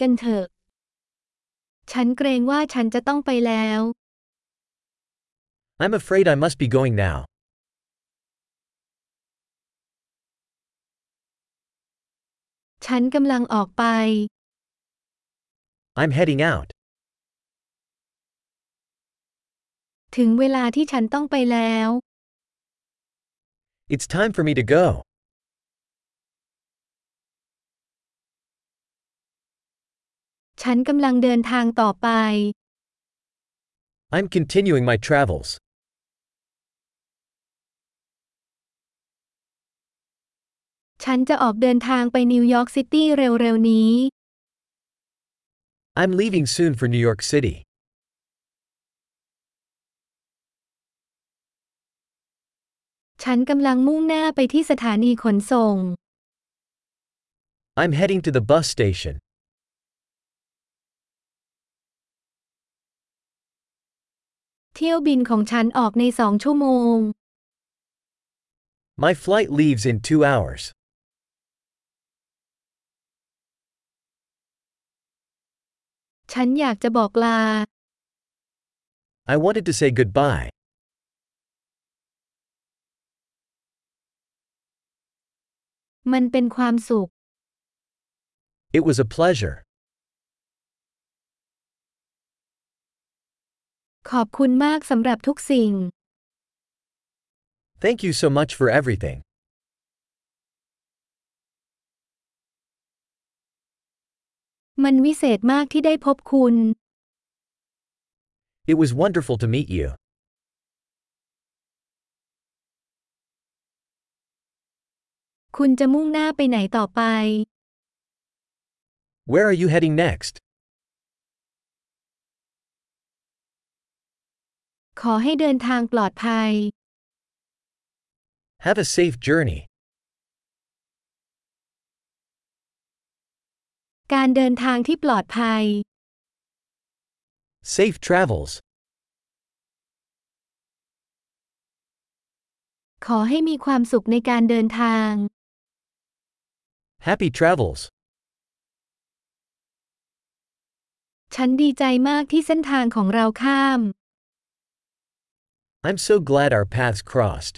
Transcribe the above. กันเถอะ ฉันเกรงว่าฉันจะต้องไปแล้ว I'm afraid I must be going now. ฉันกำลังออกไป I'm heading out. ถึงเวลาที่ฉันต้องไปแล้ว It's time for me to go. ฉันกำลังเดินทางต่อไป I'm continuing my travels. ฉันจะออกเดินทางไปนิวยอร์กซิตี้เร็วๆนี้ I'm leaving soon for New York City. ฉันกำลังมุ่งหน้าไปที่สถานีขนส่ง I'm heading to the bus station. เที่ยวบินของฉันออกในสองชั่วโมง My flight leaves in two hours. ฉันอยากจะบอกลา I wanted to say goodbye. มันเป็นความสุข It was a pleasure. ขอบคุณมากสำหรับทุกสิ่ง Thank you so much for everything. มันวิเศษมากที่ได้พบคุณ It was wonderful to meet you. คุณจะมุ่งหน้าไปไหนต่อไป Where are you heading next? ขอให้เดินทางปลอดภัย Have a safe journey. การเดินทางที่ปลอดภัย Safe travels. ขอให้มีความสุขในการเดินทาง Happy travels. ฉันดีใจมากที่เส้นทางของเราข้าม I'm so glad our paths crossed.